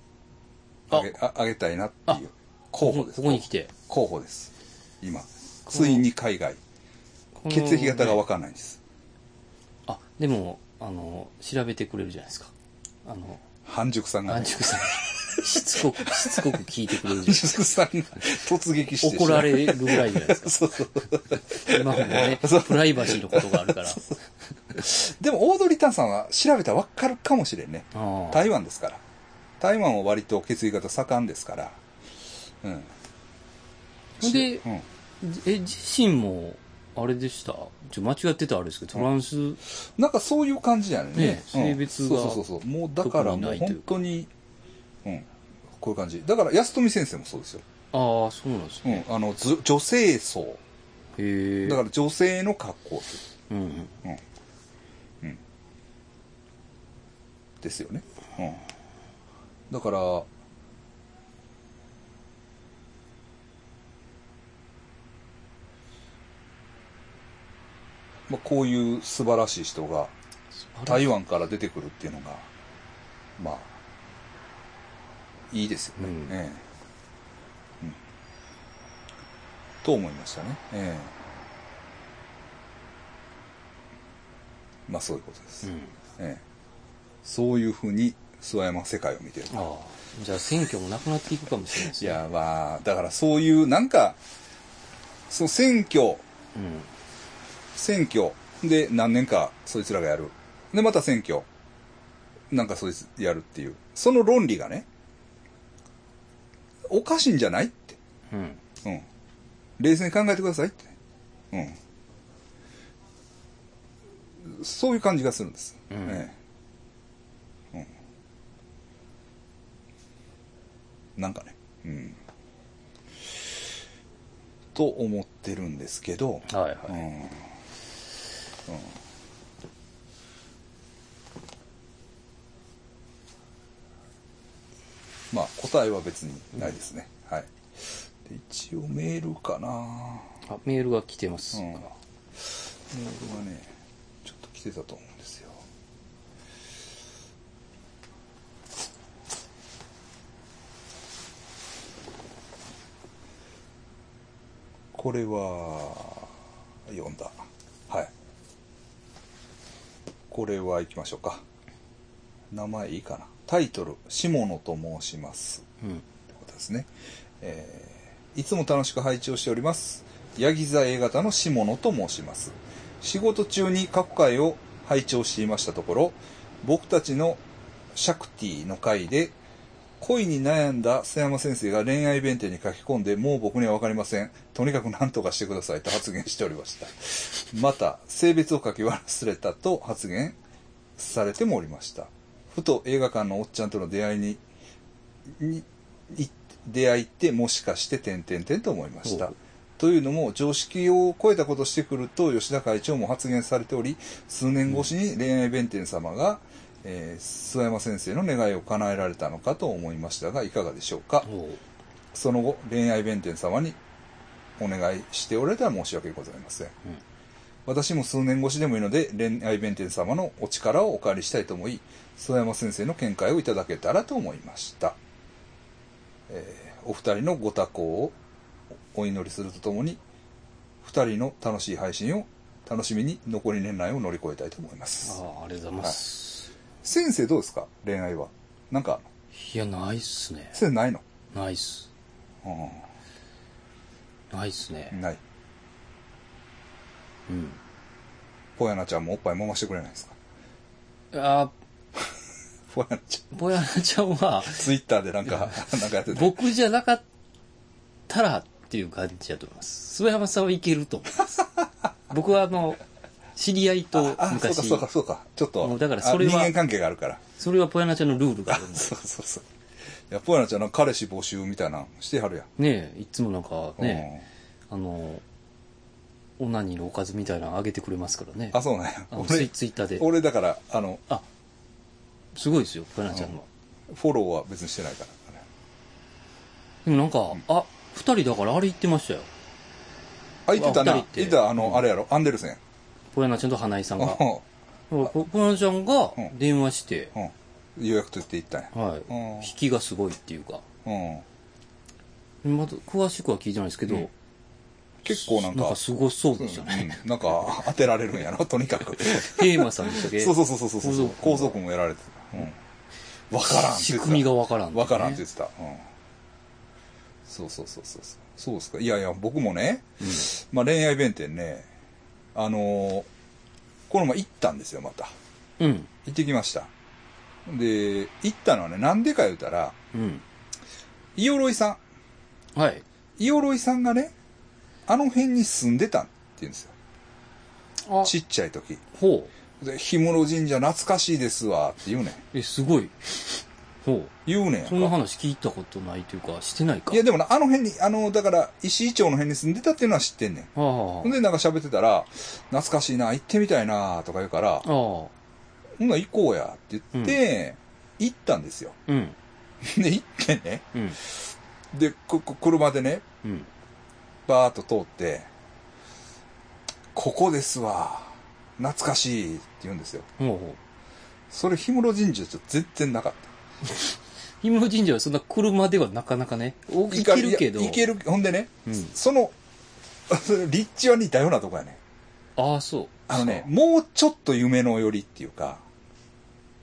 あげ、ああげたいなっていう、候補です。
ここに来て。
候補です。今。ついに海外。血液型がわかんないんです。
あ、でも、あの、調べてくれるじゃないですか。あの、
半熟さんが、
安熟さん。しつこく、しつこく聞いてくれる
半
じゃない
熟さんが突撃して
怒ら
る。
れるぐらいじゃないです か。
そうそう。
今も ね、プライバシーのことがある から。
でも、オードリー・タンさんは調べたらわかるかもしれんね。
ああ
台湾ですから。台湾は割と血液型盛んですから。うん。
ほんで
うん、
え、自身も、あれでしたちょ間違ってたらあれですけど、トランス、
なんかそういう感じやね。
ね
うん
性別が
そうそうそうそう。もうだからもう
特にないと
本
いうか
当に、うん。こういう感じ。だから、安富先生もそうですよ。
ああ、そうなんです
う
ね。
ん。あの、ず女性層。
へえ。
だから女性の格好をする。
うんうん。
ですよね。うん。だから、まあ、こういう素晴らしい人が台湾から出てくるっていうのが、まあ、いいですよね。
うん
ええうんと思いましたね。ええまあそういうことです。
うん。
ええ、そういうふうに諏訪山世界を見てる。
ああ。じゃあ選挙もなくなっていくかもしれないです
い
ね。
や、まあ、だからそういう、なんか、その選挙、
うん。
選挙で何年かそいつらがやる。で、また選挙。なんかそいつやるっていう。その論理がね、おかしいんじゃないって。
うん。
うん。冷静に考えてくださいって。うん。そういう感じがするんです。
うん
ええうん。なんかね。うん。と思ってるんですけど、
はい
うん
はい。
うんまあ答えは別にないですね、はいで一応メールかな、
あ、メールが来てま
う
す。
ん、メールはねちょっと来てたと思うんですよこれは読んだはいこれは行きましょうか名前いいかなタイトル「下野と申します」
うん。
ということですね、えーいつも楽しく拝聴しておりますヤギ座 A 型の下野と申します仕事中に各回を拝聴していましたところ僕たちのシャクティの回で恋に悩んだ瀬山先生が恋愛弁定に書き込んでもう僕には分かりませんとにかく何とかしてくださいと発言しておりましたまた性別を書き忘れたと発言されてもおりましたふと映画館のおっちゃんとの出会いににい出会いってもしかして点々点と思いまし
お
た
う
というのも常識を超えたことをしてくると吉田会長も発言されており数年越しに恋愛弁天様が、えー諏訪山先生の願いを叶えられたのかと思いましたがいかがでしょうか
おう
その後恋愛弁天様にお願いしておられたら申し訳ございません
うん。
私も数年越しでもいいので恋愛弁天様のお力をお借りしたいと思い諏訪山先生の見解をいただけたらと思いました、えーお二人のご多幸をお祈りするとともに二人の楽しい配信を楽しみに残り年内を乗り越えたいと思います
ああ、ありがとうございます。
先生どうですか恋愛はなんか
いや、ないっすね。
先生ないの、
ないっす。
う
ないっすね
ん、。ない
うん。
ぽやなちゃんもおっぱい揉ましてくれないですか
ああ、
ぽやなちゃん
ぼやなちゃんは、
ツイッターでなんかなんかやってて
僕じゃなかっ たらっていう感じだと思います。諏訪山さんはいけると思います。僕はあの、知り合いと
あ、あそうか
昔
そうかそうか。ちょっと、
もうだからそれは
あ人間関係があるから。
それはぽやなちゃんのルールだと思
そうそうそう。いや、ポヤナちゃんの彼氏募集みたいなのしてはるやん。
うねえいつもなんかね、あのオナニーのおかずみたいなのあげてくれますからね
うんあ、そうなんや。
あのツイ
俺、
ツイッターで
俺だから、あの、
すごいですよぽやなちゃんの、
フォローは別にしてないから。
でもなんか、あ二人だからあれ言ってましたよ
あ、言ってた
あ
な。
二人って
言ってた、あの、
うん
あれやろ、アンデルセン。
ぽやなちゃんと花井さん
う
が
ん
だからぽぽやなちゃんが
うん
電話して、
うん。予約取って行ったんや。
はい
うん
引きがすごいっていうか
うん。
まだ詳しくは聞いてないですけど、
うん結構なん
なん
か
か、すごそうでしたね、
うんなんか当てられるんやろ、とにかく。
テーマさんでしたっけ
そうそうそうそうそうそう。
皇
皇
族
族もやられてた。うん。わからんって
仕
言ってた。
組みがわからん、
わからんって言ってた。うん。そうそうそうそうそう。そうですか。いやいや、僕もね、まあ恋愛弁天ね、あのーこの前行ったんですよ、また。
うん
行ってきました。で、行ったのはね、なんでか言うたら、
うん
イオロイさ
はい
ん。イオロイさんがね、あの辺に住んでたって言うんですよ。
あ
ちっちゃい時。
ほ
で、氷室神社懐かしいですわって言うねん。
うえすごいほう
言うねんやんか
そんな話聞いたことないというかしてないか
いやでもなあの辺に、あの、だから、石井町の辺に住んでたっていうのは知ってんねん。
ああ
ほんで、なんか喋ってたら、懐かしいな、行ってみたいな、とか言うから、
ああ
ほんなら行こうや、って言って、行ったんですよ。
うん
で、行ってね。
うん
で、こ、こ車でね、
うん
バーっと通って、ここですわ、懐かしいって言うんですよ。
ほうほう
それ、氷室神社じゃ全然なかった。
氷室神社はそんな車ではなかなかねお行けるけど
いや行ける、ほんでね、
うん
その、 その立地は似たようなとこやね。
ああそう
あのね、もうちょっと夢のよりっていうか、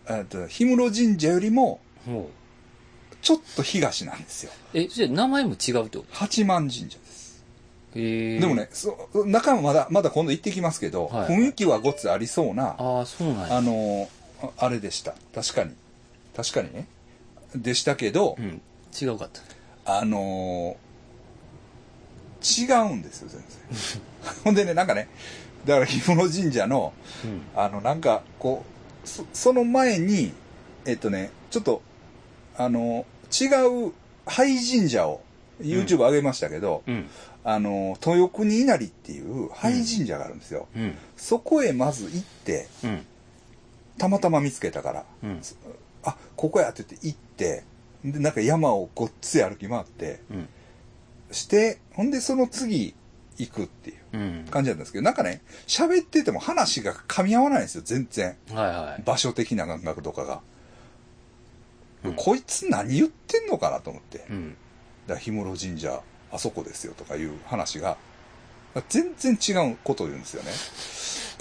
えっと、氷室神社よりも、
そうほう
ちょっと東なんですよ。
えそれ名前も違うってこ
八幡神社です。
とへえ
でもね、そ中はまだ、まだ今度行ってきますけど、
はい
雰囲気はごつありそうな、
ああそうなんや
あの、ああれでした。確かに。確かにね。でしたけど、
うん違うかった
あのー違うんですよ、全然。 ほんでね、なんかね、だから氷室神社の、
うん
あの、なんか、こう、そその前に、えっとね、ちょっと、あの、違う廃神社を YouTube 上げましたけど、
うん
あの、豊国稲荷っていう廃神社があるんですよ。
うん
そこへまず行って、
うん
たまたま見つけたから、
うん
あ、ここやって言って行って、で、なんか山をごっつい歩き回って、
うん
して、ほんでその次行くっていう
うん
感じなんですけど、なんかね、喋ってても話が噛み合わないんですよ、全然。
はいはい
場所的な感覚とかが、
うん
こいつ何言ってんのかなと思って、だか
うん
ら氷室神社あそこですよとかいう話が全然違うことを言うんですよ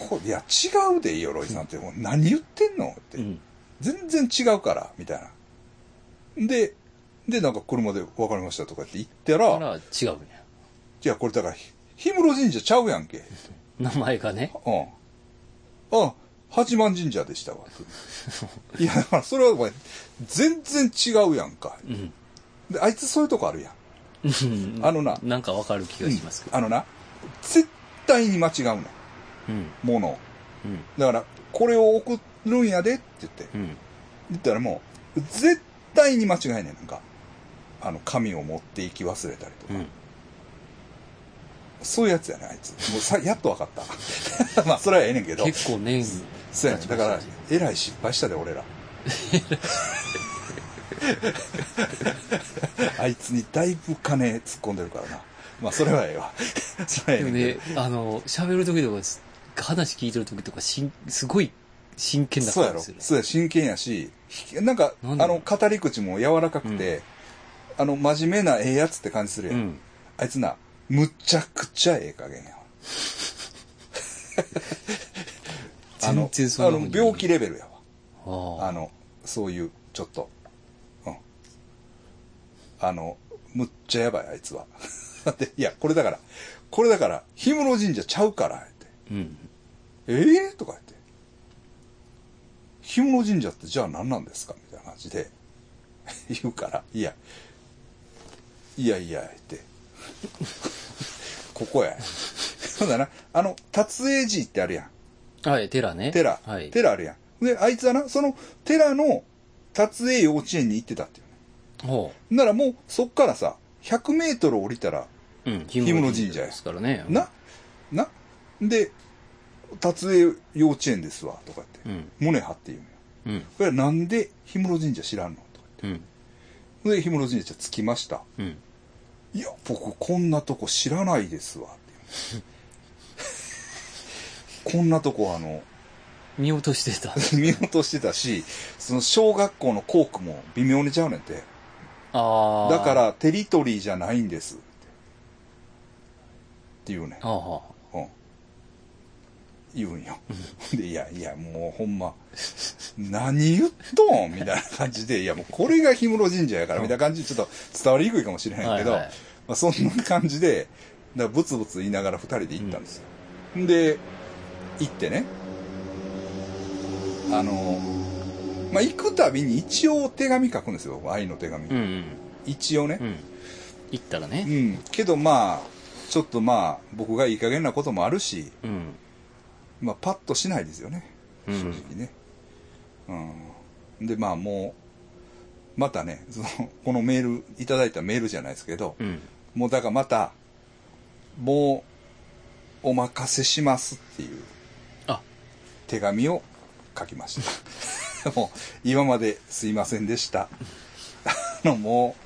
ねこいや違うで鎧さんってもう何言ってんのって、
うん
全然違うからみたいなででなんか車で「分かりました」とかって言った
からら違うんや
「いやこれだからひ氷室神社ちゃうやんけ」
名前がね
うん。あ、八幡神社で したわ。いや、だからそれはお前、全然違うやんか。
うん
で、あいつそういうとこあるやん。あのな
なんかわかる気がしますけど
あのな、絶対に間違うねん、
うん
ものを
うん
だから、これを送るんやでって言って、
うん
言ったらもう、絶対に間違いねえなんか。あの、紙を持って行き忘れたりとか。
うん
そういうやつやねん、あいつ。もうさ、 やっとわかった。 まあ、それはええねんけど。
結構年
そうやねんだから
経ちまし、
えらい失敗したで、 俺ら。あいつにだいぶ金突っ込んでるからな。まあ、それはええわ。 それはえ
で
えねん
も
け
ねあの喋る時とかす話聞いてる時とかしんすごい真剣
ど
な
そうや
感
ろ。
じす
そうや、真剣やし、ひなんか、
なんで
あの、語り口も柔らかくて、あの、真面目なええやつって感じする
る
や。
うんん
あいつな、むちゃくちゃええ加減やわ。あの
全然そん
あ
なもん
の、病気レベルやわ。
あ
あ
あ
の、そういう、ちょっと、うん。あの、むっちゃやばい、あいつは。 で、いや、これだから、これだから、氷室神社ちゃうから、って。
うん
ええとか言って。氷室神社ってじゃあ何なんですかみたいな感じで、 言うから、いや、いやいや、って。ここや。そうだな、あの、達英寺ってあるやん。
はい、テラね。
テラ、
はい。
テラあるやん。で、あいつはな、そのテラの達英幼稚園に行ってたっていう
ほ
ね。ならもうそっからさ、100メートル降りたら、
う。うん、
ム
氷
の神社や
ですからね。
な、な、で、達英幼稚園ですわ、とか
う
言って、
ん。
胸張って言うのよ。
う
こ
ん。
れはなんで氷室神社知らんのとか
うん。
言って。で、氷室神社着きました。
うん。
いや、僕こんなとこ知らないですわ、 っていう。こんなとこあの、
見落としてた。
見落としてたし、その小学校の校区も微妙にちゃうねんて。
ああ。
だか。ら、テリトリーじゃないんです。ってって言うねん。
ああは
うん。言うんよ。で、いやいや、もうほんま、何言っとんみたいな感じで、いやもうこれが氷室神社やから、みたいな感じでちょっと伝わりにくいかもしれへんけど、
はいはい
まあ、そんな感じで、だからブツブツ言いながら二人で行ったんですよ。で、行ってね、あの、まあ、行くたびに一応手紙書くんですよ、愛の手紙。
あ。うんうん。
一応ね
う。ん。行ったら
う
ね。
ん。けどまあ、ちょっとまあ、僕がいい加減なこともあるし、
うん。
まあ、パッとしないですよね、
う
正
ん
直ね。うん。で、まあもう、またね、その、このメール、いただいたメールじゃないですけど、
うん。
もうだからまた、もう、お任せしますっていう
あ、
手紙を書きました。 もう、今まですいませんでした。 あの、も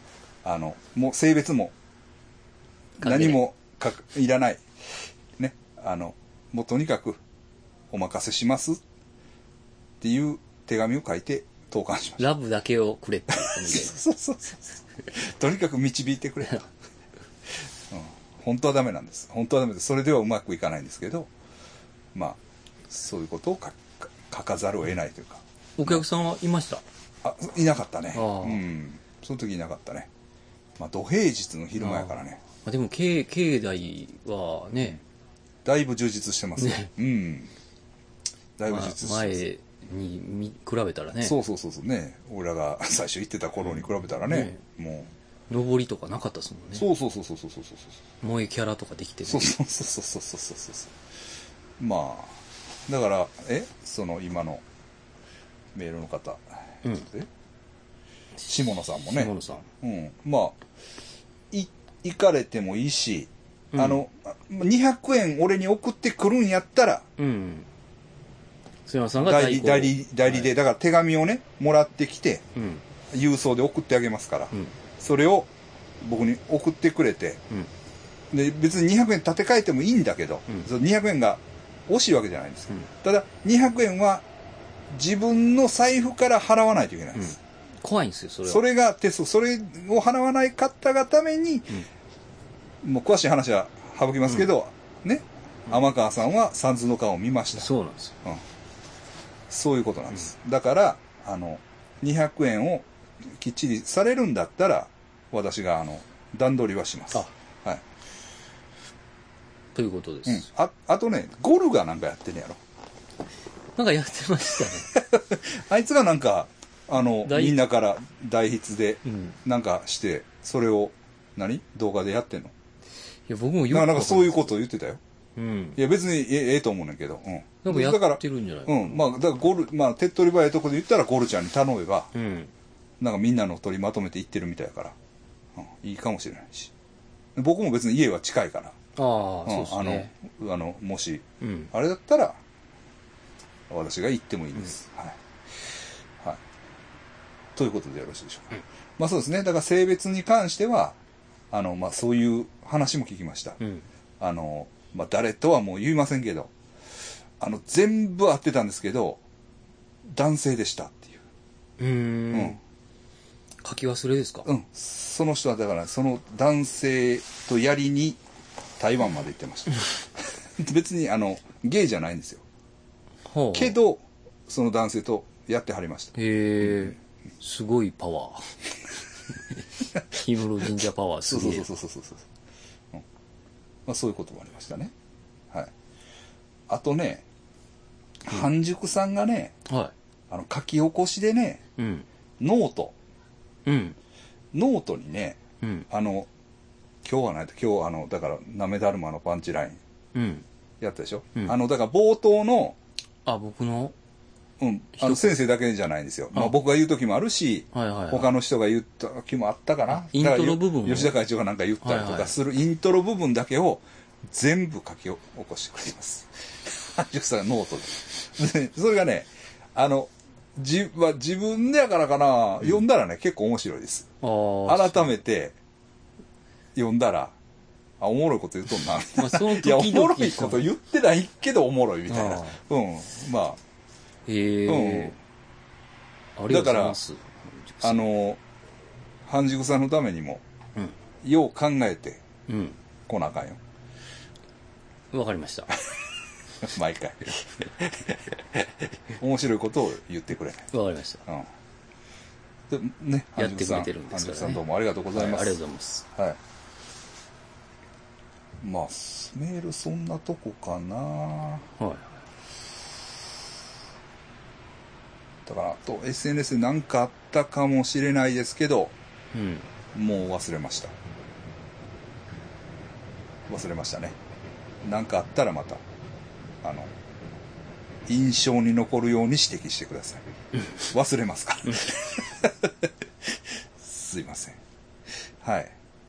う、あの、もう性別も、
関係ない
何もかくいらない。ね、あの、もうとにかく、お任せしますっていう手紙を書いて投函しまし
ラブだけをく れっていう感
た。
じで。
そうそうそうそう。 とにかく導いてくれと、うん。本当はダメなんです。本当はダメです。それではうまくいかないんですけど、まあ、そういうことを書か書かざるを得ないというか。
お客さんはいました。
あ、いなかったね。
ああ
うん。その時いなかったね。まあ、土平日の昼間やからね。
まあでも、境、境内はね、
だいぶ充実してますよ
ね
うん。だいぶ
ま
充
あ
実してます。
前に見比べたらね、
そうそうそうそうね。俺らが最初行ってた頃に比べたらね、も
上りとかなかったですもん
う、
ね。
そうそうそうそうそうそうそう
萌えキャラとかできてね
そう。そうそうそうそうそうそうそう。まあ、だから、えその今のメールの方。
うん
え下野さんもね。
下野さん。
うん、まあ、い、行かれてもいいし、
うん
あの、200円俺に送ってくるんやったら、
うん。すみまさんが
代理、
行
代理、代理で、
はい
だから手紙をね、もらってきて、
うん。
郵送で送ってあげますから、
うん。
それを僕に送ってくれて、
うん。
で、別に200円立て替えてもいいんだけど、
うん
その200円が惜しいわけじゃないんですよ。
うん
ただ、200円は自分の財布から払わないといけないん
う
で
ん
す。
怖いんですよ、それは。
それがテスト、それを払わないかったがために、もう詳しい話は省きますけど、ね、天川さんは三途の川を見ました。
そうなんですよ。
うんそういうことなんです。だから、あの、200円をきっちりされるんだったら、私が、あの、段取りはします。
あ
はい。
ということで
うん
す。。
あ、あとね、ゴルがなんかやってんねやろ。
なんかやってましたね。
あいつがなんか、あの、
大
みんなから代筆で、
うん。
なんかして、それを、何動画でやってんの
いや、僕もよ。
なんかなんかそういううことを言ってたよ。
うん
い。や、別にええええと思うねんけど。うん。
なんか
だか
や
ら
ってるんじゃないうか
ん。まあ、だからゴル、まあ、手っ取り早いとこで言ったらゴルちゃんに頼めば、
な。うん。
なんかみんなの取りまとめて行ってるみたいやから、うん、いいかもしれないし。僕も別に家は近いから、
ああ、
う
そうんですね。
あの、あの、もし、
うん。
あれだったら、私が行ってもいいんです。はい。はい。ということでよろしいでしょうか。まあそうですね。だから性別に関しては、あの、まあそういう話も聞きました。
うん。
あの、まあ、誰とはもう言いませんけど、あの、全部合ってたんですけど、男性でしたっていう。
うーん。書き忘れですか
うん。その人は、だから、その男性とやりに、台湾まで行ってました。別に、あの、ゲイじゃないんですよ。
ほう
けど、その男性とやってはりました。
へえ、すごいパワ ー。氷室神社パワー
そ
す
うそう
げえ。
そうそうそうそうそう。うんまあ、そういうこともありましたね。はい。あとね、半熟さんがね、
は
あの、書き起こしでね、
い。うん。
ノート、
うん。
ノートにね、
うん。
あの、今日はないと、今日あの、だから、なめだるまのパンチライン
うん。
やったでしょ、
うん
あの、だから冒頭の、
あ、僕の
うん。あの、先生だけじゃないんですよ。まあ、
あ
僕が言う時もあるし、
はいはい、はい。
他の人が言った時もあったかな。
イントロ部分を
だから吉田会長がなんか言ったりと
はいは
か
い
するイントロ部分だけを全部書き起こしてくれます。 吉田さんがノートで。でそれがね、あの、じ、まあ、自分でやからかな、読んだらね、結構面白いです。
ああ。
改めて読んだら、あ、おもろいこと言うとん な、みたい
まあ、その
な。いや、お
時々
もろいこと言ってないけどおもろいみたいな
ああ。
うん。ま
ええありがとうございます。
あ、あの、半熟さんのためにも、よう考えて
うん。
こなあかんよ。
うん。わかりました。
毎回。 面白いことを言ってくれない。
わかりました。
うん。でね、
やってくれ
半
て
熟
る
さん、
んで
半
すからね
熟さんどうもありがとうございま
はいありがとう
す。
ございます。
はい。まあ、メールそんなとこかな
はい。
だから、あと SNS で何かあったかもしれないですけど、
うん。
もう忘れました。忘れましたね。何かあったらまた、あの、印象に残るように指摘してください。 忘れますから。すいません。はい。